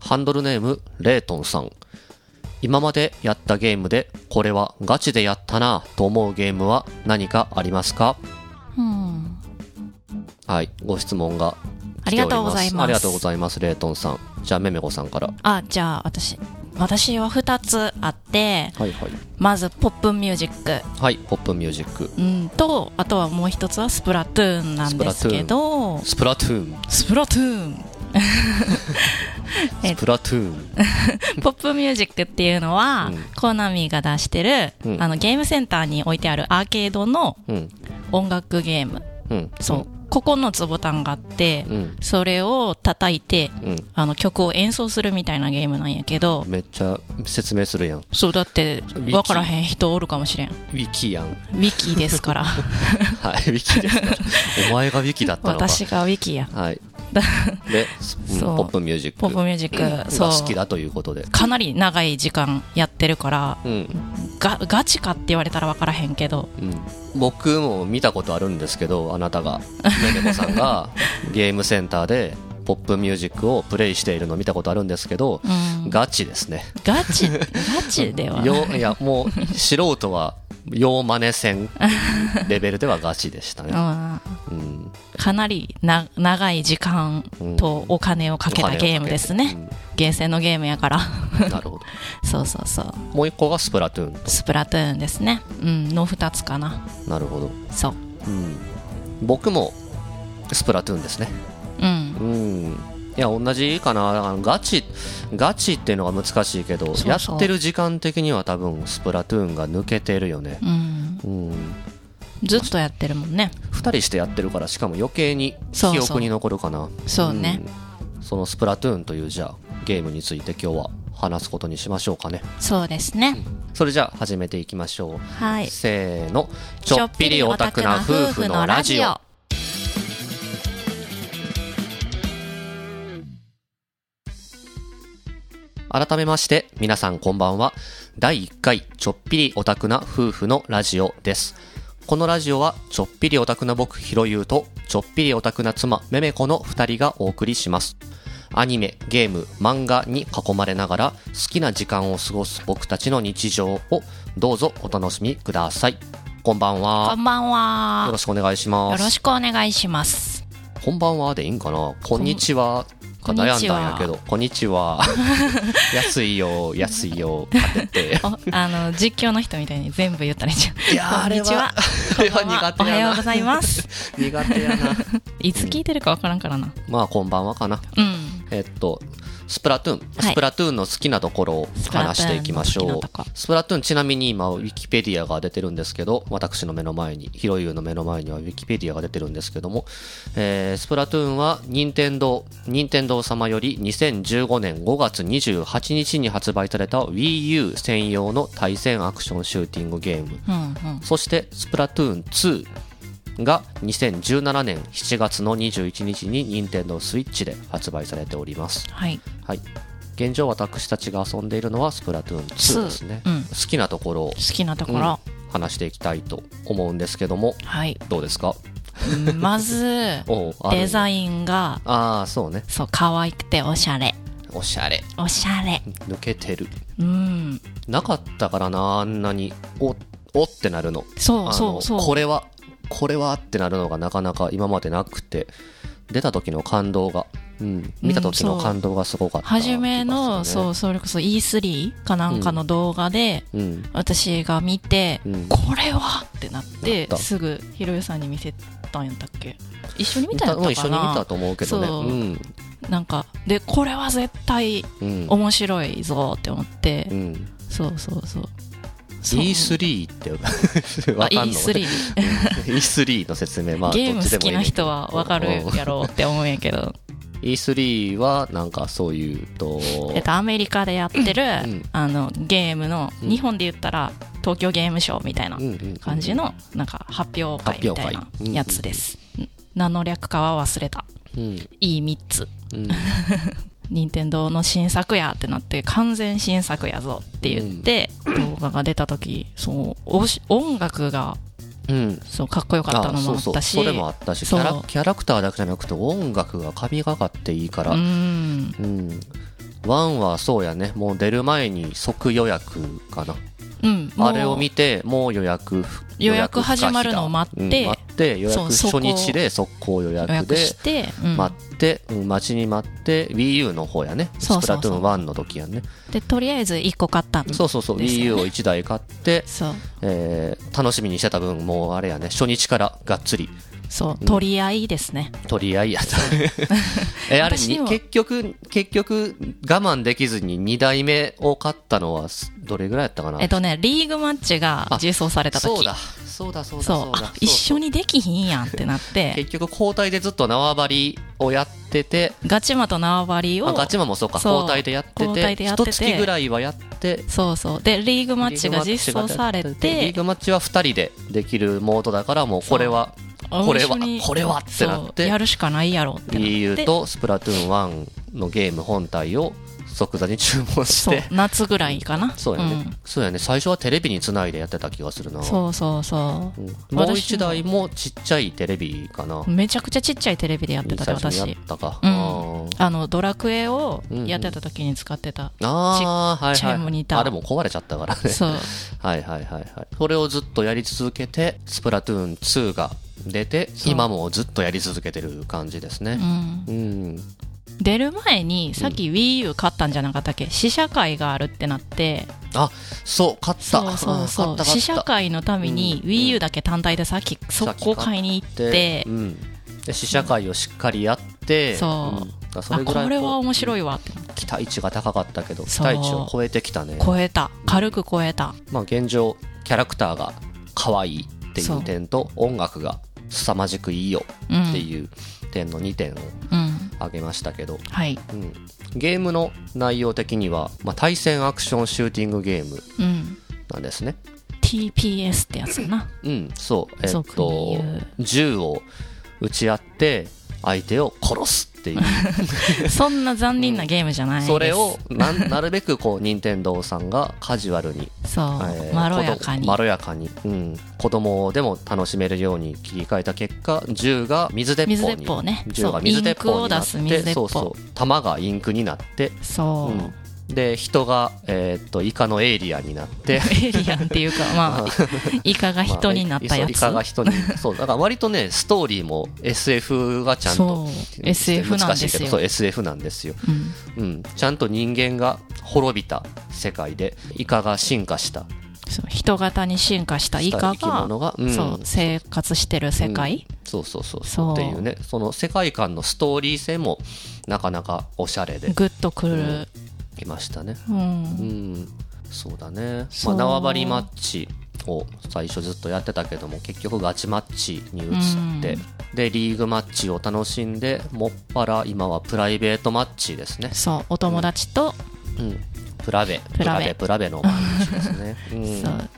ハンドルネーム、レートンさん。今までやったゲームで、これはガチでやったなぁと思うゲームは何かありますかうん。はい、ご質問がありがとうございますありがとうございます、レートンさん。じゃあ、めめこさんから。あ、じゃあ私、私は2つあって、はいはい。まずポップンミュージック。はい、ポップンミュージック。うんと、あとはもう一つはスプラトゥーンなんですけど、スプラトゥーン。スプラトゥーン。 えスプラトゥーン。ポップミュージックっていうのは、うんコーナミーが出してる、うんあのゲームセンターに置いてあるアーケードのうん。音楽ゲーム。うん。そう。9つボタンがあって、うん。それを叩いて、うん。あの曲を演奏するみたいなゲームなんやけど、めっちゃ説明するやん。ウそうだってウィキ分からへん人おるかもしれん。ウィキやん。ィキです から。はい、ウィキです から。お前がウィキだったのか。私がウィキや。 はい。で、スうんそうポップミュージック。ポップミュージック、そうが。好きだということで。かなり長い時間やってるから、うん。が、ガチかって言われたら分からへんけど、うん。僕も見たことあるんですけど、あなたが、めめこさんが ゲームセンターでポップミュージックをプレイしているの見たことあるんですけどう、ん。ガチですね。ガ チ、ガチでは。よいや、もう、素人は、よう真似せんレベルではガチでしたね。うんうん。かなりな長い時間とお金をかけお金をかけたてゲームですね。厳選のゲームやから。 うんなるほど。そうそうそう。もう一個がスプラトゥーンと。スプラトゥーンですね。うん、の2つかな。なるほど。そう。うん。僕も、スプラトゥーンですね。うん。うん。いや、同じかな。あのガチ、ガチっていうのが難しいけど、そうそうやってる時間的には多分、スプラトゥーンが抜けてるよね。うん。うん。ずっとやってるもんね。二人してやってるから、しかも余計にそう記そう憶に残るかな。そうね。うんそのスプラトゥーンというじゃあゲームについて今日は話すことにしましょうかねそうですね。それじゃあ始めていきましょう、はい。せーのちょっぴりオタクな夫婦のラジオ。改めまして皆さんこんばんは第1回ちょっぴりオタクな夫婦のラジオですこのラジオはちょっぴりオタクな僕ひろゆうとちょっぴりオタクな妻めめこの2人がお送りしますアニメゲーム漫画に囲まれながら好きな時間を過ごす僕たちの日常をどうぞお楽しみくださいこんばんこはんばんよろは。しくお願いしまよすろしくお願いします。こんばんはでいいんかなこんにちはかこんにち悩はんだんやけど、こんにち は。安いよ、安いよ、買ってっお あの、実況の人みたいに全部言ったらいいじゃん。て。いやー、 あこんれにちはは、あれは苦手おはやようなご。ざいます。苦手やな。いつ聞いてるかわからんからな。まあ、こんばんはかな。うん。えっと、スプラトゥーン、はいスプラトゥーンの好きなところを話していきましスプラょトゥーンの好きなとこう。スプラトゥーン、ちなみに今、ウィキペディアが出てるんですけど、私の目の前に、ヒロユーの目の前にはウィキペディアが出てるんですけども、えースプラトゥーンは、任天堂、任天堂様より2015年5月28日に発売された Wii U 専用の対戦アクションシューティングゲーム。うんうん。そして、スプラトゥーン2が2017年7月の21日に任天堂スイッチで発売されております。はい。はい、現状私たちが遊んでいるのはスプラトゥーン2ですね、うん好きなところを好きなところ。話していきたいと思うんですけどもはい。どうですかまず、おう あるデザインが、ああそうねそう、可愛くておしゃれ。おしゃれおしゃれ。抜けてるうん。なかったからなあんなにおおってなるのそあうのそうそう。これはこれはってなるのがなかなか今までなくて出た時の感動が、うん、見た時の感動がすごかった、初めの、そうう、それこそ E3 かなんかの動画で、う、うん、私が見て、うんこれはってなっ、なってたすぐひろゆさんに見せたんやったっけ一緒に見たんや多分ったかな一緒に見たと思うけどねそううんなんか、で、これは絶対うん面白いぞって思って、うんそうそうそう。そう E3 って わあ、かんの E3。 E3 の説明まあゲーどムっちで好もいきいな人はわかるやろうって思うんやけど、 E3 はなんかそういうとえっと、アメリカでやってる、んあの、ゲームの、うん日本で言ったら、東京ゲームショーみたいな。うんうんうん感じのなんか発表会みたい発な表会やつです、うん何の略かは忘れたうんいい3つうん任天堂の新作やってなって完全新作やぞって言って、動画が出た時そうおし音楽がうんそうかっこよかったのもあそうったしそうそれもあったしキそうャラキャラクターだけじゃなくて音楽が神がかっていいからうんうんワンはそうやねもう出る前に即予約かなうん、もうあれを見てもう予約予約始まるのを待うんって、待って予約そ初う日で速攻予予約約でして、うん待って、うん、待ちに待って WiiU の方やねそうそうそうスプラトゥーン1の時やねでとりあえず1個買ったのそうそうそう、ですよね WiiU を1台買って、そうえー楽しみにしてた分もうあれやね初日からがっつりそう取り合いですね、取り合い やったえあれ私には結局結局我慢できずに2台目を買ったのはすどれぐらいやったかなえっとねリーグマッチが実装された時そうだそうだそうだそうそうだあ一緒ににできひんやんってなって結局交代でずっと縄張りをやっててガチマと縄張りあをガチマもそうかそう交代でやって交代てでやって一て月ぐらいはやってそうそうでリーグマッチがリー実グマッ装チがされリーてグマッチは2人でできるモードだからもうこれはあこれは一緒にこれはってなってそうやるしかないやろってなって EU とスプラトゥーン1のゲーム本体を即座に注文しそうて夏ぐらいかなそうやね、んそうやね最初はテレビにつないでやってた気がするなそうそうそううんもう私一も台もちっちゃいテレビかなめちゃくちゃちっちゃいテレビでやってたで最初にや私ったか、うんあーあのドラクエをやってた時に使ってた、あーはいちっちゃいモはいニターあれも壊れちゃったからねそう はいはいはいはいそれをずっとやり続けてスプラトゥーン2が出てそう今もずっとやり続けてる感じですうねんうん出る前にさっき WiiU 買ったんじゃなかったっけ試写会があるってなってそう勝ったそうそんう勝そった勝っうた試写会のためにうん WiiU だけ単体でさっき速攻買いに行ってうん、で試写会をしっかりやって、そうんだからそあれぐらいこれはこう面白いわって期待値が高かったけど期そう待値を超えてきたね超えた軽く超えたまあ、現状キャラクターが可愛いっていそうう点と音楽が凄まじくいいようってんいう点の2点をうん挙げましたけど、はいうん、ゲームの内容的には、まあ、対戦アクションシューティングゲームうんなんですね TPS ってやつやなうんそうえっ俗にと言う銃を撃ち合って相手を殺すっていうそんな残忍なゲームじゃないですそれをなんなるべくこう任天堂さんがカジュアルに、そうえーまろやか子に供まろやかに、うん、子供でも楽しめるように切り替えた結果銃が水鉄水砲鉄に砲ね銃そがうイ水ン鉄ク砲をにな出っす水て鉄そう砲そう弾がインクになって、そううんで人が、えーっとイカのエイリアンになって。エイリアンっていうか、まあ、イカが 人になったやまあイつ。カが 人にそうだから割とねストーリーも SF がちゃんとそう、SF なんで難しいすけどよ。そう SF なんですようんうん、ちゃんと人間が滅びた世界でイカが進化したそう人型に進化したイカ生き物が、が、うんそう、生活してる世界。そうそうそうそうっていうねその世界観のストーリー性もなかなかおしゃれでグッとくる。きましたねう。うんんそうだね、そまあ、う縄張りマッチを最初ずっとやってたけども結局ガチマッチに移って、うでリーグマッチを楽しんでもっぱら今はプライベートマッチですね、そう、お友達と、うん、プラベプラベプラベのマッチです ね、うんそう、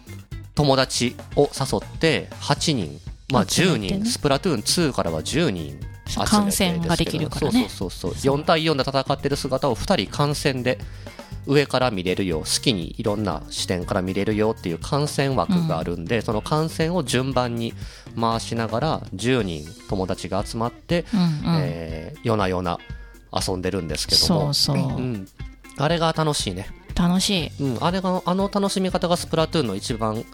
友達を誘って8人、まあ、集10めてね人、スプラトゥーン2からは10人集めて観戦ができるからねですけどそうそうそうそう4対4で戦ってる姿を2人観戦で上から見れるよう好きにいろんな視点から見れるよっていう観戦枠があるんで、その観戦を順番に回しながら10人友達が集まって、うんうん。えー夜な夜な遊んでるんですけどそもうそうう。ん、あれが楽しいね。楽しい。うん、あれがあの楽しみ方がスプラトゥーンの一番好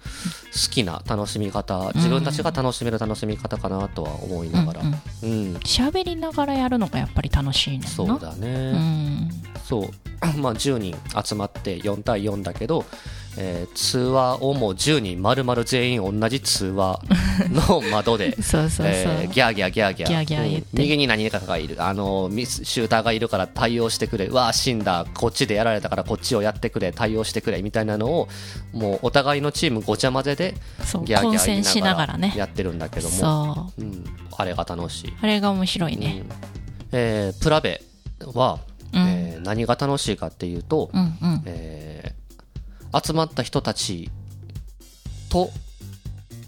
きな楽しみ方自分たちが楽しめる楽しみ方かなとは思いながら、うんうんうん喋りながらやるのがやっぱり楽しいねんな。そうだうね、ん。そう まあ10人集まって4対4だけど、えー通話をもう10人丸々全員同じ通話の窓でそうそうえーギャーギャーギャーギャーギャーギャー言ってうん右に何かがいるあのミスシューターがいるから対応してくれうわあ死んだこっちでやられたからこっちをやってくれ対応してくれみたいなのをもうお互いのチームごちゃ混ぜでそう。ギャーギャ混ー言戦しいななががららね。やってるんだけども、そうん、あれが楽しい、う。あれが面白いうね。んえープラベは、うんえー何が楽しいかっていうと、うんうん。えー集まった人たちと、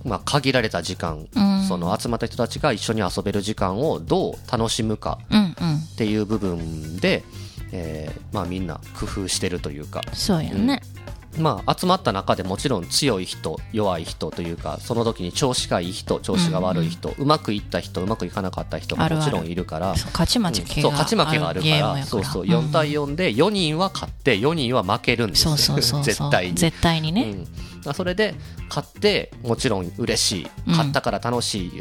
まあ、限られた時間うんその集まった人たちが一緒に遊べる時間をどう楽しむかうんうんっていう部分で、えーまあ、みんな工夫してるというか、そうやね、まあ、集まった中でもちろん強い人弱い人というかその時に調子がいい人調子が悪い人、うまくいった人うまくいかなかった人がもちろんいるからそう勝ち負けそう勝ち負けがあるかゲーらムやそうそう4対4で4人は勝って4人は負けるんですよそうそうそうそ絶う対に。絶対にうね、んまあ、それで勝ってもちろん嬉しいうん勝ったから楽しい喜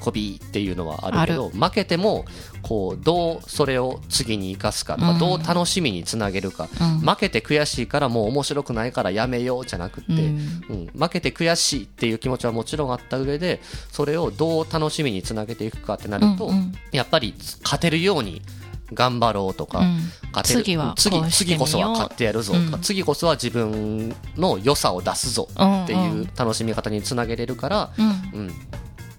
喜びっていうのはあるけど負けてもこうどうそれを次に生かすかとか、うんどう楽しみにつなげるかうん負けて悔しいからもう面白くないからやめようじゃなくって、ううんん負けて悔しいっていう気持ちはもちろんあった上でそれをどう楽しみにつなげていくかってなると、うんうんやっぱり勝てるように頑張ろうとか、うん勝てる次は次こうし次てみようこそは勝ってやるぞとか、うん次こそは自分の良さを出すぞってんいんう楽しみ方につなげれるから、うんうん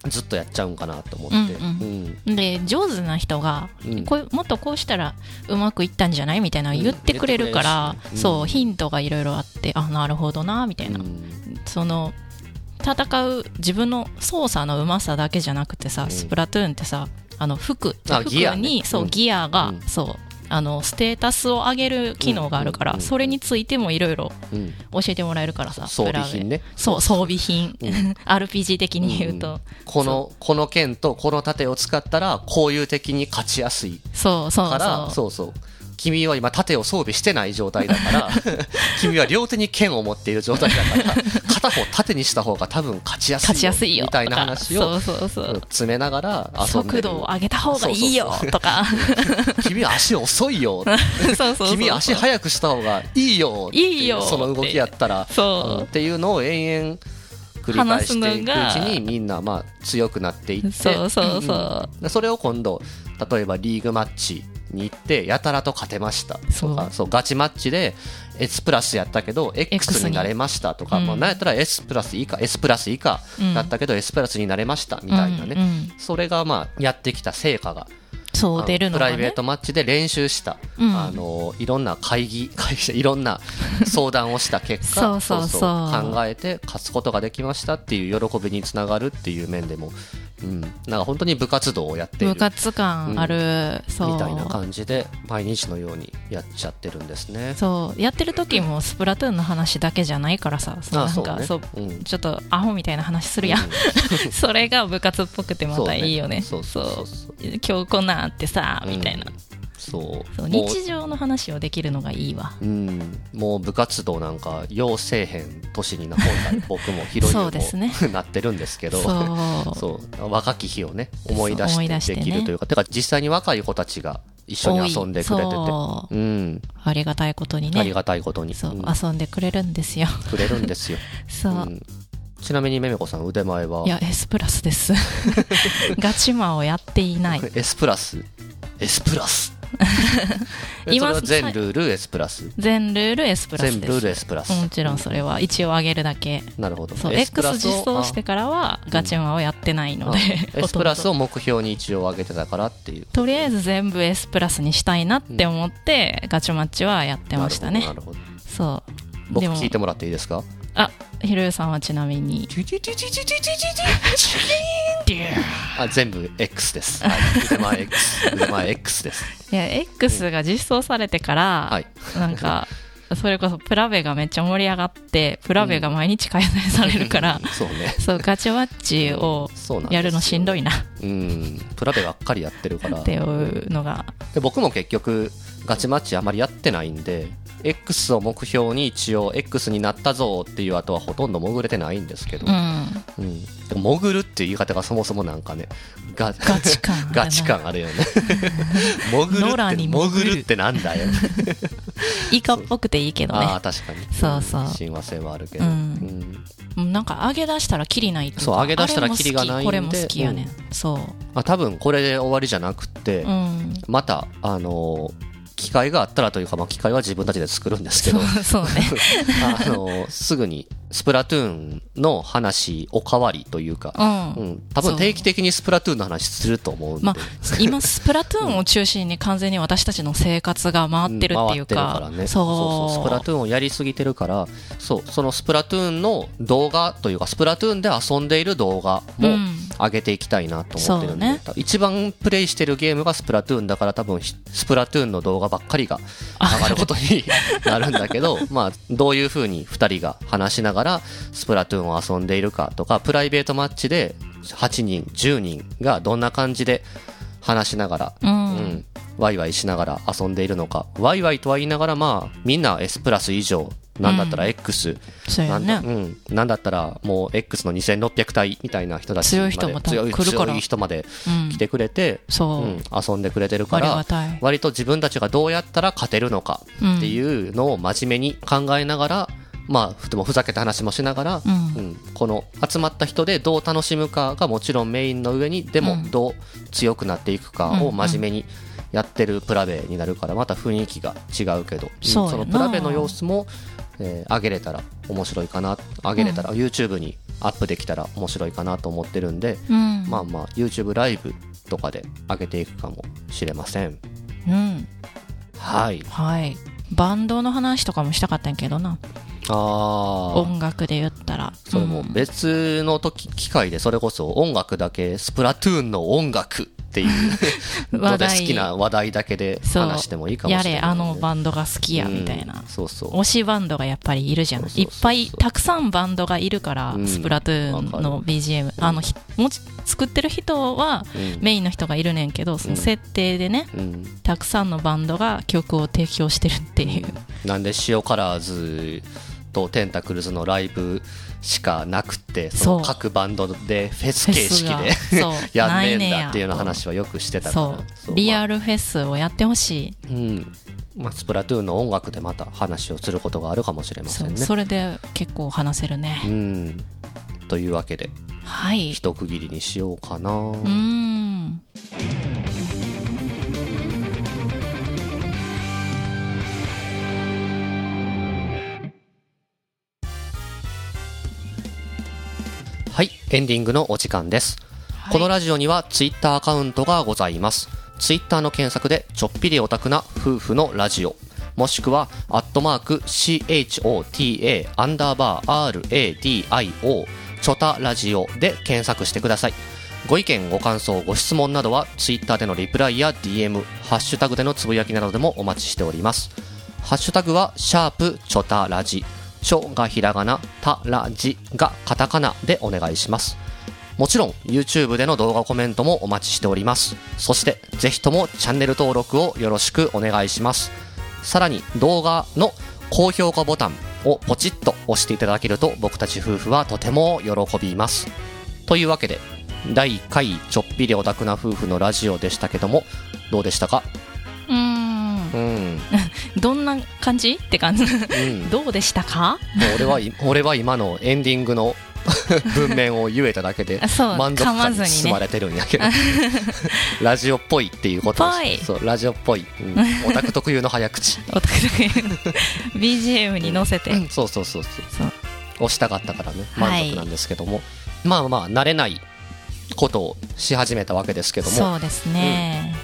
ずっとやっちゃうんかなと思って。うんううんで上手な人が、うんこうもっとこうしたらうまくいったんじゃないみたいなの言ってくれるから、うんそうヒントがいろいろあってあなるほどなみたいな、うんその戦う自分の操作のうまさだけじゃなくてさ、うんスプラトゥーンってさあの服あ服ギアねにそう、うんギアが、うんそうあのステータスを上げる機能があるから、うんうんうんそれについてもいろいろうん教えてもらえるからさ装備品プラねでそう装備品、うん RPG 的に言うと、んこのこの剣とこの盾を使ったらこういう敵に勝ちやすいそうそうからそうそうそう君は今盾を装備してない状態だから 君は両手に剣を持っている状態だから片方盾にした方が多分勝ちやすいよ勝ちやすいよみたいな話をとかそうそうそう詰めながら遊んで速る度を上げた方がいいよとか 君足遅いよそうそうそう君足速くした方がいいよってういいよってその動きやったらそうんうっていうのを延々繰り返していくう話ちすのがにみんなまあ強くなっていってそうそうそうんんでそれを今度例えばリーグマッチに行ってやたらと勝てましたとかそうそうガチマッチで S プラスやったけど X X になれましたとかにまあうんなんやったら S プラス以下 S プラス以下うんだったけど S プラスになれましたみたいなね、うんうんそれがまあやってきた成果がそう出るのプがライベーねトマッチで練習した、うんあのいろんな会議 会議いろんな相談をした結果 そうそうそう考えて勝つことができましたっていう喜びにつながるっていう面でも、うん、なんか本当に部活動をやっている部み活感ある、そうたいな感じで毎日のようにやっちゃってるんですね。そうやってる時もスプラトゥーンの話だけじゃないからさそうなんかそう、うんちょっとアホみたいな話するやん、それが部活っぽくてまそうたいいよねそうそうそうそう今日こんなんあってさみたいな、うんそうそうもう日常の話をできるのがいいわうん、もう部活動なんか要せえへん年にな本来僕もヒロインそうですねも なってるんですけどそうそう若き日をね思い出そう思い出ししててねできるというか、てか実際に若い子たちが一緒に遊んでくれてて、そううん、ありがたいことにありねがたいことに、そう、うん遊んでくれるんですよくれるんですよ、そうう、ん、ちなみにめめこさん腕前はいや S プラスです ガチマをやっていない S プラス S プラスえそ今れは全ルール S プラス全ルール S プラス全でルーすル S プラスもちろんそれは一応上げるだけなるほどそう S プラ X スを実装してからはガチマをやってないのあでほとんど S プラスを目標に一応上げてたからっていう とりあえず全部 S プラスにしたいなって思って、ガチマッチはやってましたねなるほどなるほどそう僕でも聞いてもらっていいですかあひろゆさんはちなみ にあ全部 X です。はい、腕前 X 腕前 X です。いや X が実装されてから、はいなんかそれこそプラベがめっちゃ盛り上がってプラベが毎日開催されるから、そうね。そうガチマッチをそうなんですよやるのしんどいなうんプラベばっかりやってるから。っていうのがで僕も結局ガチマッチあまりやってないんで。X を目標に一応 X になったぞっていう後はほとんど潜れてないんですけど、うんうんでも潜るっていう言い方がそもそもなんかねガガチ感あるな ガチ感あるよ ね潜るノっラてに潜る潜るってなん だよイカっぽくていいけどあねあ確かにそうそうん親和性はあるけど、うんうんうんなんか上げ出したらキリないっていかそう上げ出したらキリがないんであれも好きこれも好きやねん、そまあ、多分これで終わりじゃなくって、ううんまたあのー機会があったらというか、まあ、機会は自分たちで作るんですけど そうね あのーすぐにスプラトゥーンの話おかわりといううか、ん、うん、多分定期的にスプラトゥーンの話すると思うんで、まあ、今スプラトゥーンを中心に完全に私たちの生活が回ってるってい回っうか、てるからねそうそうそうスプラトゥーンをやりすぎてるからそうそのスプラトゥーンの動画というかスプラトゥーンで遊んでいる動画もうん上げていきたいなと思ってるんで、そうね一番プレイしてるゲームがスプラトゥーンだから多分ひスプラトゥーンの動画話ばっかりが上がることになるんだけ ど、まあ、どういうふうに2人が話しながらスプラトゥーンを遊んでいるかとかプライベートマッチで8人10人がどんな感じで話しながら、うんうんワイワイしながら遊んでいるのかワイワイとは言いながら、まあ、みんな S プラス以上なんだったら X、そうなやんだねうん、なんだったらもう X の2600体みたいな人たちまで強い人も多分強い来るから強い人までうん来てくれて、うそんう、遊んでくれてるかありらがたい割と自分たちがどうやったら勝てるのかっていうのを真面目に考えながら、まあでもふざけた話もしながら、うんうんこの集まった人でどう楽しむかがもちろんメインの上にでもうんどう強くなっていくかを真面目にやってるプラベになるからまた雰囲気が違うけど、うんそうやなのプラベの様子も、えー上げれたら面白いかな上げれたら、YouTube にアップできたら面白いかなと思ってるんで、うんまあまあ YouTube ライブとかで上げていくかもしれません。うんはい、はいバンドの話とかもしたかったんやけどなあー音楽で言ったらそれもうん別の時機会でそれこそ音楽だけスプラトゥーンの音楽っていう話ので好題きな話題だけでそう話してもいいかもしやれない、ね、れあのバンドが好きやみたいな、うんそうそう推しバンドがやっぱりいるじゃんそうそうそうそういっぱいたくさんバンドがいるから、うんスプラトゥーンわの BGM あのひもち作ってる人はうんメインの人がいるねんけどその設定でね、うんたくさんのバンドが曲を提供してるっていう、なんで塩カラーズとテンタクルズのライブしかなくてそのそう各バンドでフェスフェ形ス式がでそう やんないねねえんやだっていうような話はよくしてたからそうそうリまあアルフェスをやってほしうんまあ、スプラトゥーンの音楽でまた話をすることがあるかもしれいませそんうね。それで結構話せるね、うんというわけではい一区切りにしようかな。うーんはい、エンディングのお時間です。はいこのラジオにはツイッターアカウントがございます。ツイッターの検索でちょっぴりオタクな夫婦のラジオ。もしくは、アットマーク、CHOTA、アンダーバー、RADIO、チョタラジオで検索してください。ご意見、ご感想、ご質問などは、ツイッターでのリプライや DM、ハッシュタグでのつぶやきなどでもお待ちしております。ハッシュタグは、シャープチョタラジ。チョがひらがな、タラジがカタカナでお願いします。もちろん YouTube での動画コメントもお待ちしております。そしてぜひともチャンネル登録をよろしくお願いします。さらに動画の高評価ボタンをポチッと押していただけると僕たち夫婦はとても喜びます。というわけで第1回ちょっぴりオタクな夫婦のラジオでしたけどもどうでしたかうーんうん。どんな感じって感じ うんどうでしたか もう俺はい、俺は今のエンディングの 文面を言えただけであそう満足噛ま感ずににね包まれてるんや けど、ラジオっぽいっていうことをぽいそうラジオっぽい、 うん、オタク特有の早口お宅だけ BGM に乗せて、そうそうそうそうそう押したかったからねは満い足なんですけども、まあまあ慣れないことをし始めたわけですけどもそうですね、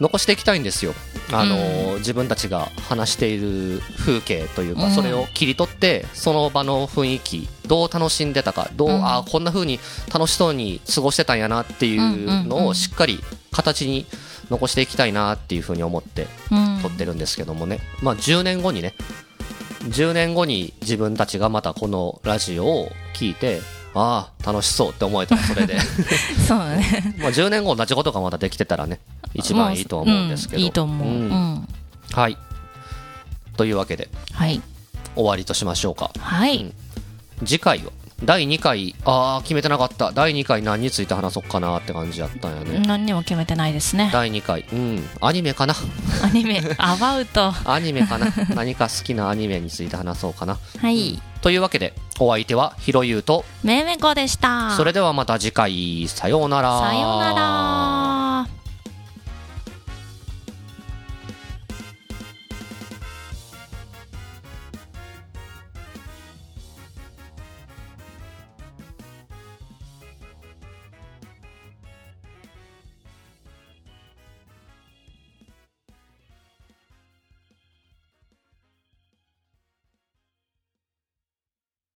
残していきたいんですよあのー自分たちが話している風景というか、うんそれを切り取ってその場の雰囲気どう楽しんでたかどう、うんあーこんな風に楽しそうに過ごしてたんやなっていううんうんのうをんしっかり形に残していきたいなっていう風に思ってうん撮ってるんですけどもね、まあ10年後にね10年後に自分たちがまたこのラジオを聞いてああ楽しそうって思えたらそ れでそうだねまあ10年後同じことがまたできてたらね一番いいとは思うんですけど、もういいと思う、うんんはい。というわけで、はい終わりとしましょうか。はい、うん次回は、第2回、あー、決めてなかった。第2回何について話そうかなって感じやったんやね。何にも決めてないですね第2回、うん、アニメかな。ア ニメ「アバウト」アニメか な。何か好きなアニメについて話そうかな。はいというわけで、お相手はひろゆうと、めいめこでしたそれではまた次回、さようなら。さようなら